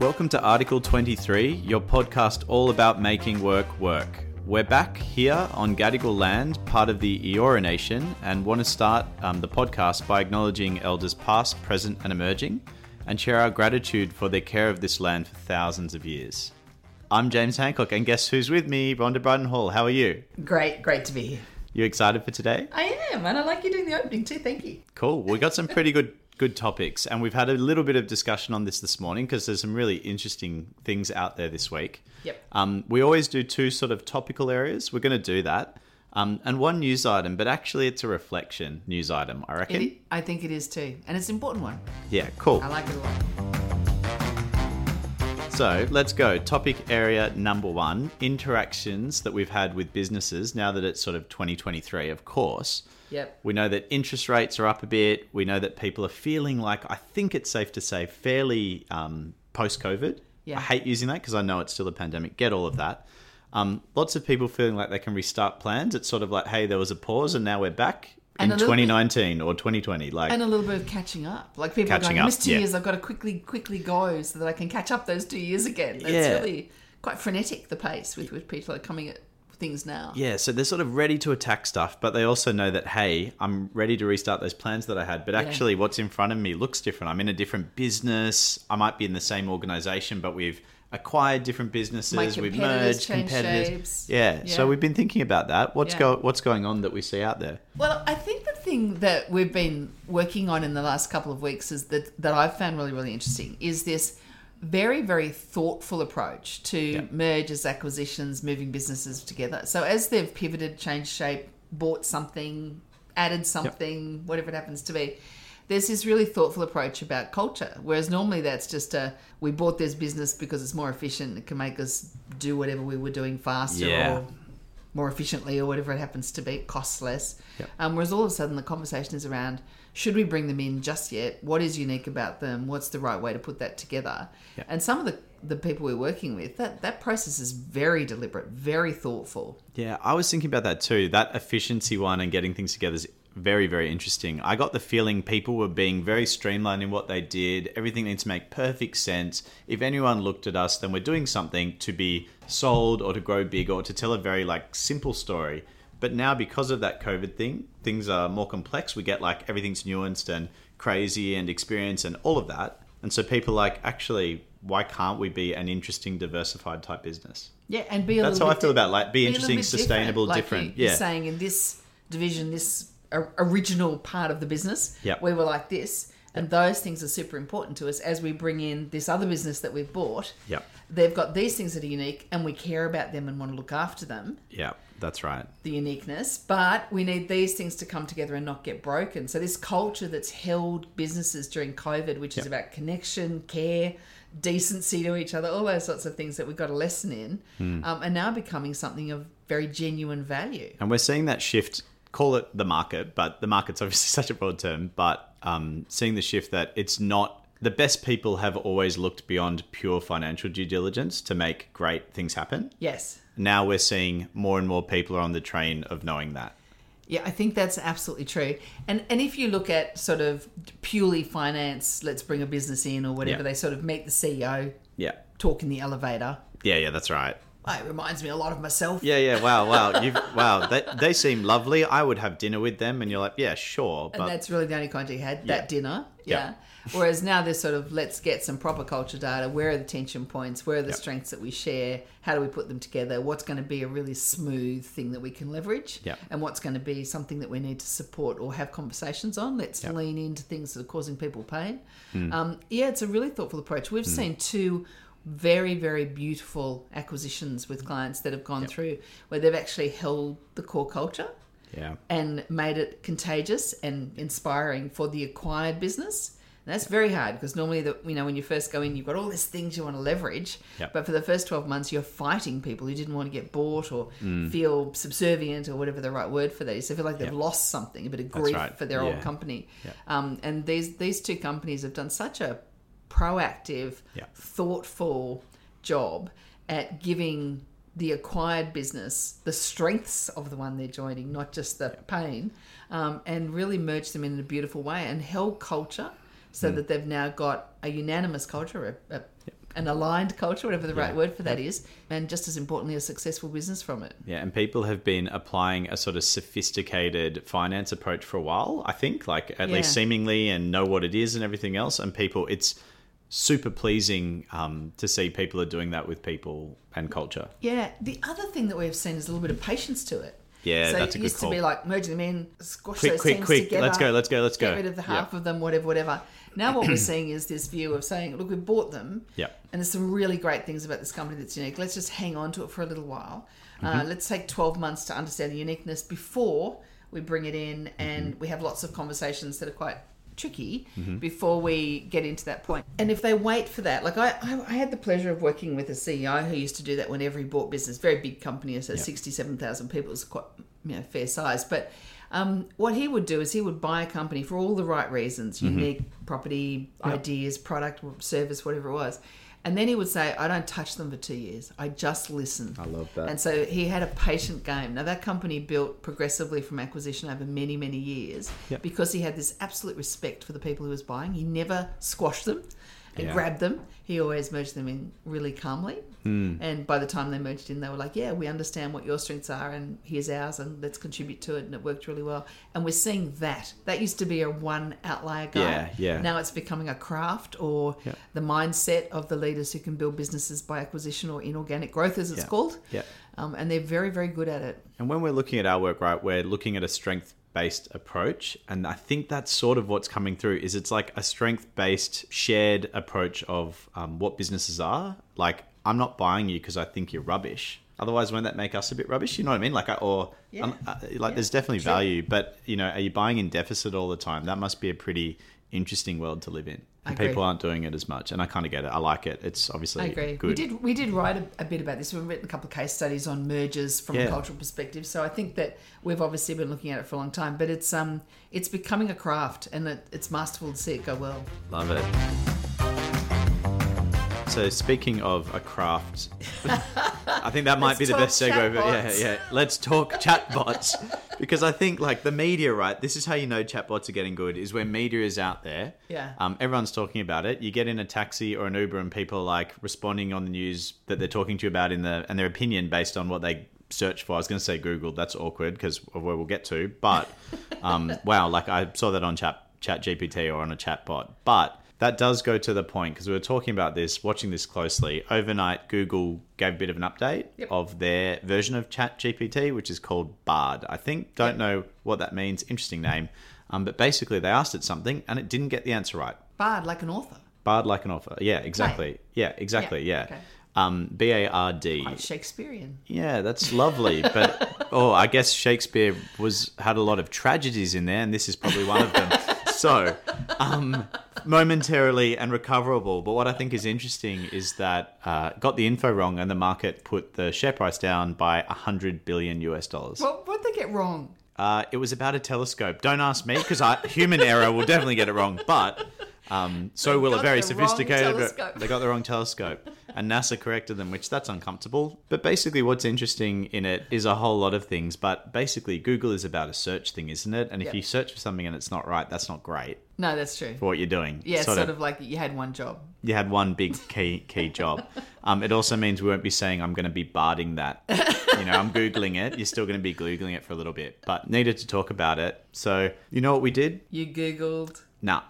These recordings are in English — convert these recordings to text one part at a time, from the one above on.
Welcome to Article 23, your podcast all about making work work. We're back here on Gadigal land, part of the Eora Nation, and want to start um, the podcast by acknowledging elders past, present, and emerging, and share our gratitude for their care of this land for thousands of years. I'm James Hancock, and guess who's with me? Rhonda Brighton Hall. How are you? Great, great to be here. You excited for today? I am, and I like you doing the opening too. Thank you. Cool. We got some pretty good good topics, and we've had a little bit of discussion on this this morning because there's some really interesting things out there this week. Yep. Um, we always do two sort of topical areas. We're going to do that, um, and one news item, but actually it's a reflection news item. I reckon. It, I think it is too, and it's an important one. Yeah. Cool. I like it a lot. So let's go. Topic area number one interactions that we've had with businesses now that it's sort of 2023, of course. Yep. We know that interest rates are up a bit. We know that people are feeling like, I think it's safe to say, fairly um, post COVID. Yeah. I hate using that because I know it's still a pandemic. Get all of that. Um, lots of people feeling like they can restart plans. It's sort of like, hey, there was a pause and now we're back And a in little bit- 2019 or 2020. Like, And a little bit of catching up. Like people are Catching going, I up, missed two yeah. years, I've got to quickly, quickly go so that I can catch up those two years again. It's Yeah. really quite frenetic, the pace with which people are coming at things now. Yeah, so they're sort of ready to attack stuff, but they also know that, hey, I'm ready to restart those plans that I had, but actually what's in front of me looks different. I'm in a different business. I might be in the same organization, but we've acquired different businesses, we've competitors merged change competitors. shapes. Yeah, so Yeah. we've been thinking about that. What's Yeah. go what's going on that we see out there? Well, I think the thing that we've been working on in the last couple of weeks is that that I've found really really interesting is this very very thoughtful approach to mergers, acquisitions, moving businesses together. So as they've pivoted, changed shape, bought something, added something, whatever it happens to be. There's this really thoughtful approach about culture, whereas normally that's just a we bought this business because it's more efficient, it can make us do whatever we were doing faster Yeah. or more efficiently or whatever it happens to be. It costs less. Yep. Um, whereas all of a sudden the conversation is around should we bring them in just yet? What is unique about them? What's the right way to put that together? Yep. And some of the, the people we're working with, that, that process is very deliberate, very thoughtful. Yeah, I was thinking about that too. That efficiency one and getting things together is very, very interesting. I got the feeling people were being very streamlined in what they did. Everything needs to make perfect sense. If anyone looked at us, then we're doing something to be sold or to grow big or to tell a very like simple story. But now because of that COVID thing, things are more complex. We get like everything's nuanced and crazy and experience and all of that. And so people are like actually, why can't we be an interesting, diversified type business? Yeah, and be a That's little how I bit feel about like be be a little interesting, bit sustainable, different. Like you- you're Yeah, saying in this division, this or- original part of the business, Yep. we were like this, and those things are super important to us as we bring in this other business that we've bought. Yep. They've got these things that are unique, and we care about them and want to look after them, yeah, that's right. the uniqueness. But we need these things to come together and not get broken. So this culture that's held businesses during COVID, which is about connection, care, decency to each other, all those sorts of things that we got a lesson in, um, are now becoming something of very genuine value. And we're seeing that shift. Call it the market, but the market's obviously such a broad term. But um, seeing the shift that it's not the best people have always looked beyond pure financial due diligence to make great things happen. Yes. Now we're seeing more and more people are on the train of knowing that. Yeah, I think that's absolutely true. And and if you look at sort of purely finance, let's bring a business in or whatever, Yeah. they sort of meet the CEO, Yeah, talk in the elevator. yeah, yeah. That's right. Oh, it reminds me a lot of myself. Yeah, yeah. Wow, wow. You've, wow. They, they seem lovely. I would have dinner with them, and you're like, yeah, sure. And that's really the only contact you had, that Yeah. dinner. Yeah. Yeah. Whereas now there's sort of let's get some proper culture data. Where are the tension points? Where are the Yeah. strengths that we share? How do we put them together? What's going to be a really smooth thing that we can leverage? Yeah. And what's going to be something that we need to support or have conversations on? Let's Yeah. Hmm. lean into things that are causing people pain. Um, yeah, it's a really thoughtful approach. We've seen two very very beautiful acquisitions with clients that have gone through where they've actually held the core culture yeah. and made it contagious and inspiring for the acquired business. And that's very hard because normally, the, you know, when you first go in, you've got all these things you want to leverage. Yep. But for the first 12 months, you're fighting people who didn't want to get bought or Mm. feel subservient or whatever the right word for that is. They feel like they've Yep. lost something, a bit of grief right. for their Yeah. old company. Yep. Um, and these, these two companies have done such a proactive, Yep. thoughtful job at giving the acquired business the strengths of the one they're joining, not just the pain, um, and really merge them in a Mm. beautiful way and held culture so that they've now got a unanimous culture, a, a an aligned culture, whatever the Yeah. right word for that is, and just as importantly, a successful business from it. Yeah, and people have been applying a sort of sophisticated finance approach for a while, I think, like at least Yeah. seemingly, and know what it is and everything else. And people, it's super pleasing um, to see people are doing that with people and culture. Yeah. The other thing that we've seen is a little bit of patience to it. Yeah, so that's a it good used call. to be like merging them in, squash Quick, those quick, things quick. together. Let's go, let's go, let's go. Get rid of the Yeah. half of them, whatever, whatever. Now what we're seeing is this view of saying, look, we bought them, Yeah. and there's some really great things about this company that's unique. Let's just hang on to it for a little while. Uh, let's take 12 months to understand the uniqueness before we bring it in, and we have lots of conversations that are quite tricky before we get into that point. And if they wait for that, like I, I, I had the pleasure of working with a CEO who used to do that whenever he bought business, very big company, so 67,000 people is quite you know fair size, but. Um, what he would do is he would buy a company for all the right reasons unique property, ideas, product, service, whatever it was. And then he would say, I don't touch them for two years. I just listen. I love that. And so he had a patient game. Now, that company built progressively from acquisition over many, many years Yep. because he had this absolute respect for the people he was buying. He never squashed them and Yeah. grabbed them. He always merged them in really calmly. Hmm. And by the time they merged in, they were like, yeah, we understand what your strengths are and here's ours and let's contribute to it. And it worked really well. And we're seeing that. That used to be a one outlier guy. Yeah, yeah. Now it's becoming a craft or Yeah. the mindset of the leaders who can build businesses by acquisition or inorganic growth, as it's Yeah. called. Yeah. Um, and they're very, very good at it. And when we're looking at our work, right, we're looking at a strength based approach. And I think that's sort of what's coming through is it's like a strength based shared approach of um, what businesses are. Like, I'm not buying you because I think you're rubbish. Otherwise, won't that make us a bit rubbish? You know what I mean? Like, I, or Yeah. um, uh, like, Yeah. there's definitely Sure. value, but you know, are you buying in deficit all the time? That must be a pretty interesting world to live in. I And agree. people aren't doing it as much, and I kind of get it. I like it. It's obviously I agree. good. We did we did write a, a bit about this. We've written a couple of case studies on mergers from a Yeah. cultural perspective. So I think that we've obviously been looking at it for a long time, but it's um it's becoming a craft and it, it's masterful to see it go well. Love it. So speaking of a craft, I think that might Let's be the talk best segue. But yeah, chatbots. yeah. Let's talk chatbots because I think like the media, right? This is how you know chatbots are getting good is when media is out there. Yeah. Um, everyone's talking about it. You get in a taxi or an Uber, and people are like responding on the news that they're talking to you about in the and their opinion based on what they search for. I was going to say Google. That's awkward because of where we'll get to. But um, wow, like I saw that on chat chat GPT or on a chatbot, but. That does go to the point because we were talking about this, watching this closely. Overnight, Google gave a bit of an update Yep. of their version of ChatGPT, which is called Bard. I think, don't know what that means, interesting name. Um, but basically, they asked it something and it didn't get the answer right. Bard like an author. Bard like an offer. Yeah, exactly. Yeah, exactly. Yeah, Yeah. okay. Um, B A R D. Quite Shakespearean. Yeah, that's lovely. But oh, I guess Shakespeare was had a lot of tragedies in there, and this is probably one of them. So, um, momentarily and recoverable. But what I think is interesting is that uh, got the info wrong, and the market put the share price down by hundred billion US dollars. Well what'd they get wrong? Uh, it was about a telescope. Don't ask me because human error will definitely get it wrong. But um, so will a got very the wrong sophisticated. uh, telescope. They got the wrong telescope, and NASA corrected them, which that's uncomfortable. But basically, what's interesting in it is a whole lot of things. But basically, Google is about a search thing, isn't it? And if Yep. you search for something and it's not right, that's not great No, that's true. for what you're doing. Yeah, it's sort, of, like you had one job. you had one big key key job. Um, it also means we won't be saying I'm going to be barding that. You know, I'm googling it. You're still going to be googling it for a little bit, but needed to talk about it. So you know what we did? You Googled, Nah,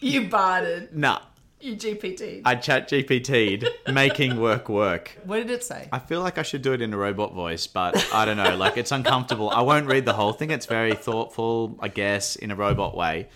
you barded, nah. you GPT. I chat GPT'd making work work. what did it say? I feel like I should do it in a robot voice, but I don't know. Like it's uncomfortable. I won't read the whole thing. It's very thoughtful, I guess, in a robot way.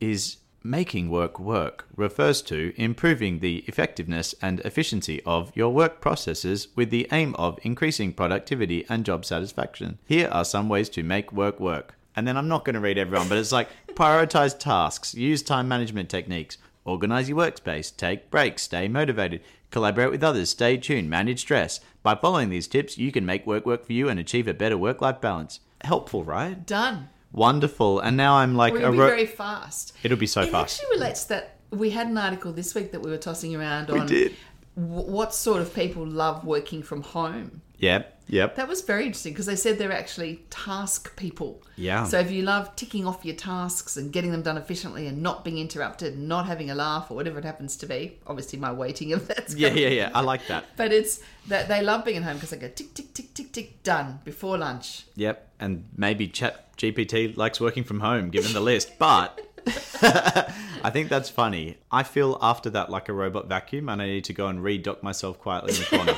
Is making work work refers to improving the effectiveness and efficiency of your work processes with the aim of increasing productivity and job satisfaction. Here are some ways to make work work. And then I'm not going to read everyone, but it's like prioritize tasks, use time management techniques, organize your workspace, take breaks, stay motivated, collaborate with others, stay tuned, manage stress. By following these tips, you can make work work for you and achieve a better work life balance. Helpful, right? Done. Wonderful. And now I'm like, We're a going to be ro- very fast. it'll be so It fast. actually relates to that. We had an article this week that we were tossing around on did. wh- what sort of people love working from home. Yep. Yep. That was very interesting because they said they're actually task people. Yeah. So if you love ticking off your tasks and getting them done efficiently and not being interrupted and not having a laugh or whatever it happens to be, obviously my weighting of that's yeah, yeah, yeah. I like that. But it's that they love being at home because they go tick tick tick tick tick done before lunch. Yep. And maybe Chat GPT likes working from home given the list, but I think that's funny. I feel after that like a robot vacuum and I need to go and redock myself quietly in the corner.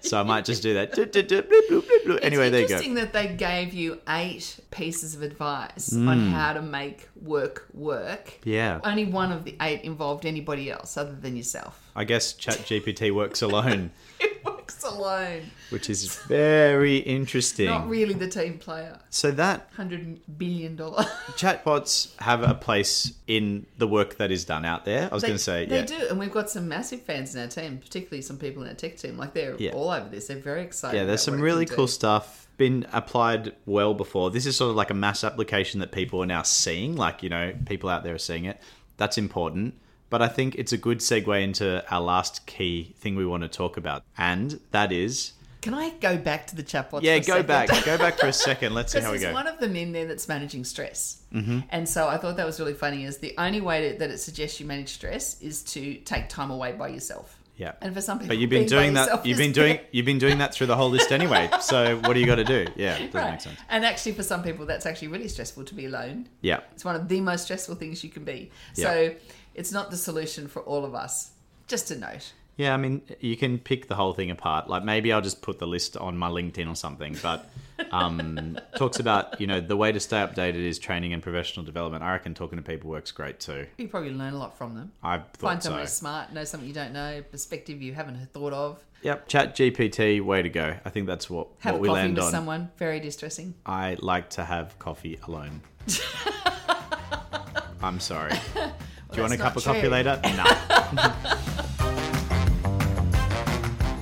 so I might just do that. Do, do, do, bloop, bloop, bloop, bloop. Anyway, it's there you go. interesting that they gave you eight pieces of advice on Hmm. how to make work work. Yeah. Only one of the eight involved anybody else other than yourself. I guess Chat GPT works alone, It works alone. which is very interesting. Not really the team player. so that Hundred billion dollar. chatbots have a place in the work that is done out there. I was going to say, they yeah. do, and we've got some massive fans in our team, particularly some people in our tech team. Like they're Yeah. all over this. They're very excited. Yeah, there's about some what it really can cool do. stuff been applied well before. This is sort of like a mass application that people are now seeing. Like, you know, people out there are seeing it. That's important. But I think it's a good segue into our last key thing we want to talk about. And that is Can I go back to the chatbot? Yeah, go back. Go back for a second. Let's see Because how we there's go. one of them in there that's managing stress. Mm-hmm. And so I thought that was really funny is the only way that it suggests you manage stress is to take time away by yourself. Yeah. And for some people, But you've being been by doing yourself that you've is been doing better. you've been doing that through the whole list anyway. So what do you gotta do? Yeah, doesn't Right. make sense. And actually, for some people, that's actually really stressful to be alone. Yeah. It's one of the most stressful things you can be. Yeah. So it's not the solution for all of us. Just a note. Yeah, I mean, you can pick the whole thing apart. Like maybe I'll just put the list on my LinkedIn or something. But um, talks about you know the way to stay updated is training and professional development. I reckon talking to people works great too. You probably learn a lot from them. I Find thought someone so. who's smart, know something you don't know, perspective you haven't thought of. Yep, Chat GPT, way to go. I think that's what Have what a we coffee land with on. someone. Very distressing. I like to have coffee alone. I'm sorry. Do you want a that's cup not of coffee true. later? Nah.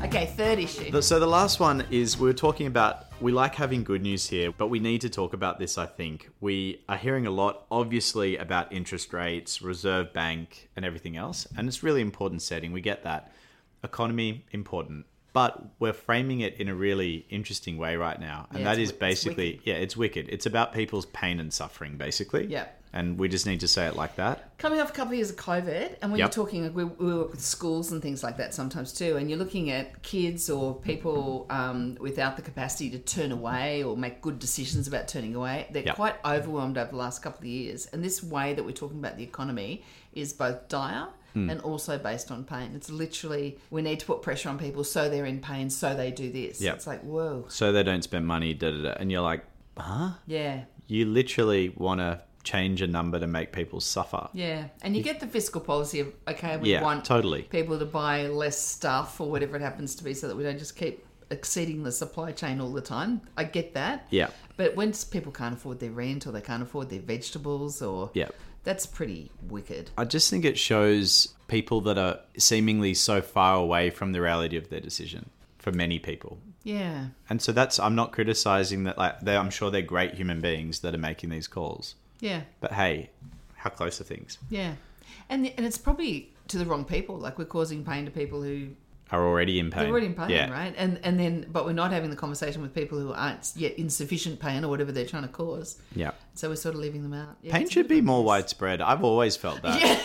Okay, third issue. The- So the last one is we were talking about we like having good news here, but we need to talk about this. I think we are hearing a lot, obviously, about interest rates, Reserve Bank, and everything else, and it's really important setting. We get that economy important, but we're framing it in a really interesting way right now, and Yeah, that it's is wi- it's basically yeah, it's wicked. It's about people's pain and suffering, basically. Yeah. and we just need to say it like that. Coming off a couple of years of COVID, and Yep. when you're talking, like, we, we work with schools and things like that sometimes too, and you're looking at kids or people um, without the capacity to turn away or make good decisions about turning away, they're Yep. quite overwhelmed over the last couple of years. And this way that we're talking about the economy is both dire Hmm. and also based on pain. It's literally, we need to put pressure on people so they're in pain, so they do this. Yep. It's like, whoa. So they don't spend money, da da da, and you're like, huh? Yeah. you literally want to change a number to make people suffer. Yeah. And you get the fiscal policy of, okay, we Yeah, want totally. people to buy less stuff or whatever it happens to be so that we don't just keep exceeding the supply chain all the time. I get that. Yeah, But once people can't afford their rent or they can't afford their vegetables or yeah. that's pretty wicked. I just think it shows people that are seemingly so far away from the reality of their decision for many people. Yeah. And so that's I'm not criticizing that like they I'm sure they're great human beings that are making these calls. Yeah. But hey, how close are things? Yeah. And and it's probably to the wrong people. Like we're causing pain to people who Are already in pain. they're already in pain, yeah. right? And and then but we're not having the conversation with people who aren't yet in sufficient pain or whatever they're trying to cause. Yeah. So we're sort of leaving them out. Yeah, Pain it's a should bit be of a more mess. widespread. I've always felt that. Yeah.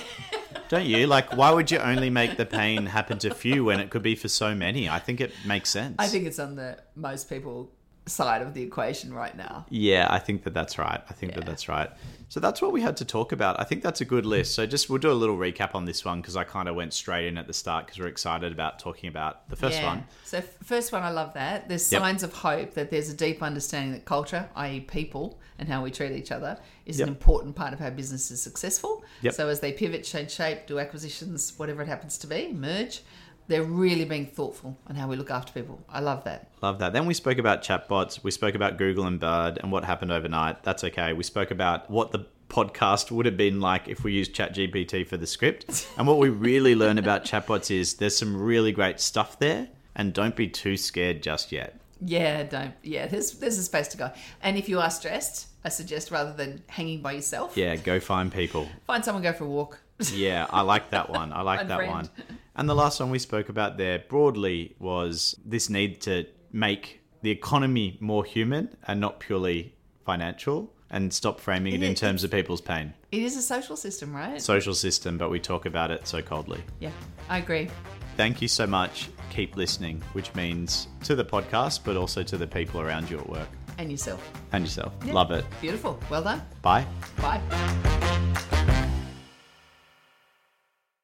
Don't you? Like why would you only make the pain happen to few when it could be for so many? I think it makes sense. I think it's on the most people side of the equation right now. Yeah, I think that that's right. I think that Yeah. that's right. So that's what we had to talk about. I think that's a good list. So just we'll do a little recap on this one because I kind of went straight in at the start because we're excited about talking about the first yeah. one. So f- first one, I love that. There's Yep. signs of hope that there's a deep understanding that culture, i.e., people and how we treat each other, is Yep. an important part of how business is successful. Yep. So as they pivot, change shape, do acquisitions, whatever it happens to be, merge, they're really being thoughtful on how we look after people. I love that. Love that. Then we spoke about chatbots. We spoke about Google and Bard and what happened overnight. That's okay. We spoke about what the podcast would have been like if we used ChatGPT for the script. And what we really learn about chatbots is there's some really great stuff there. And don't be too scared just yet. Yeah, don't. Yeah, there's there's a space to go. And if you are stressed, I suggest rather than hanging by yourself, Yeah, go find people. find someone, go for a walk. Yeah, I like that one. I like that Unfriend. one. And the last one we spoke about there broadly was this need to make the economy more human and not purely financial and stop framing it, It in is- terms of people's pain. It is a social system, right? Social system, but we talk about it so coldly. yeah, I agree. Thank you so much. Keep listening, which means to the podcast, but also to the people around you at work And yourself. and yourself. Yeah. Love it. Beautiful. Well done. Bye. Bye.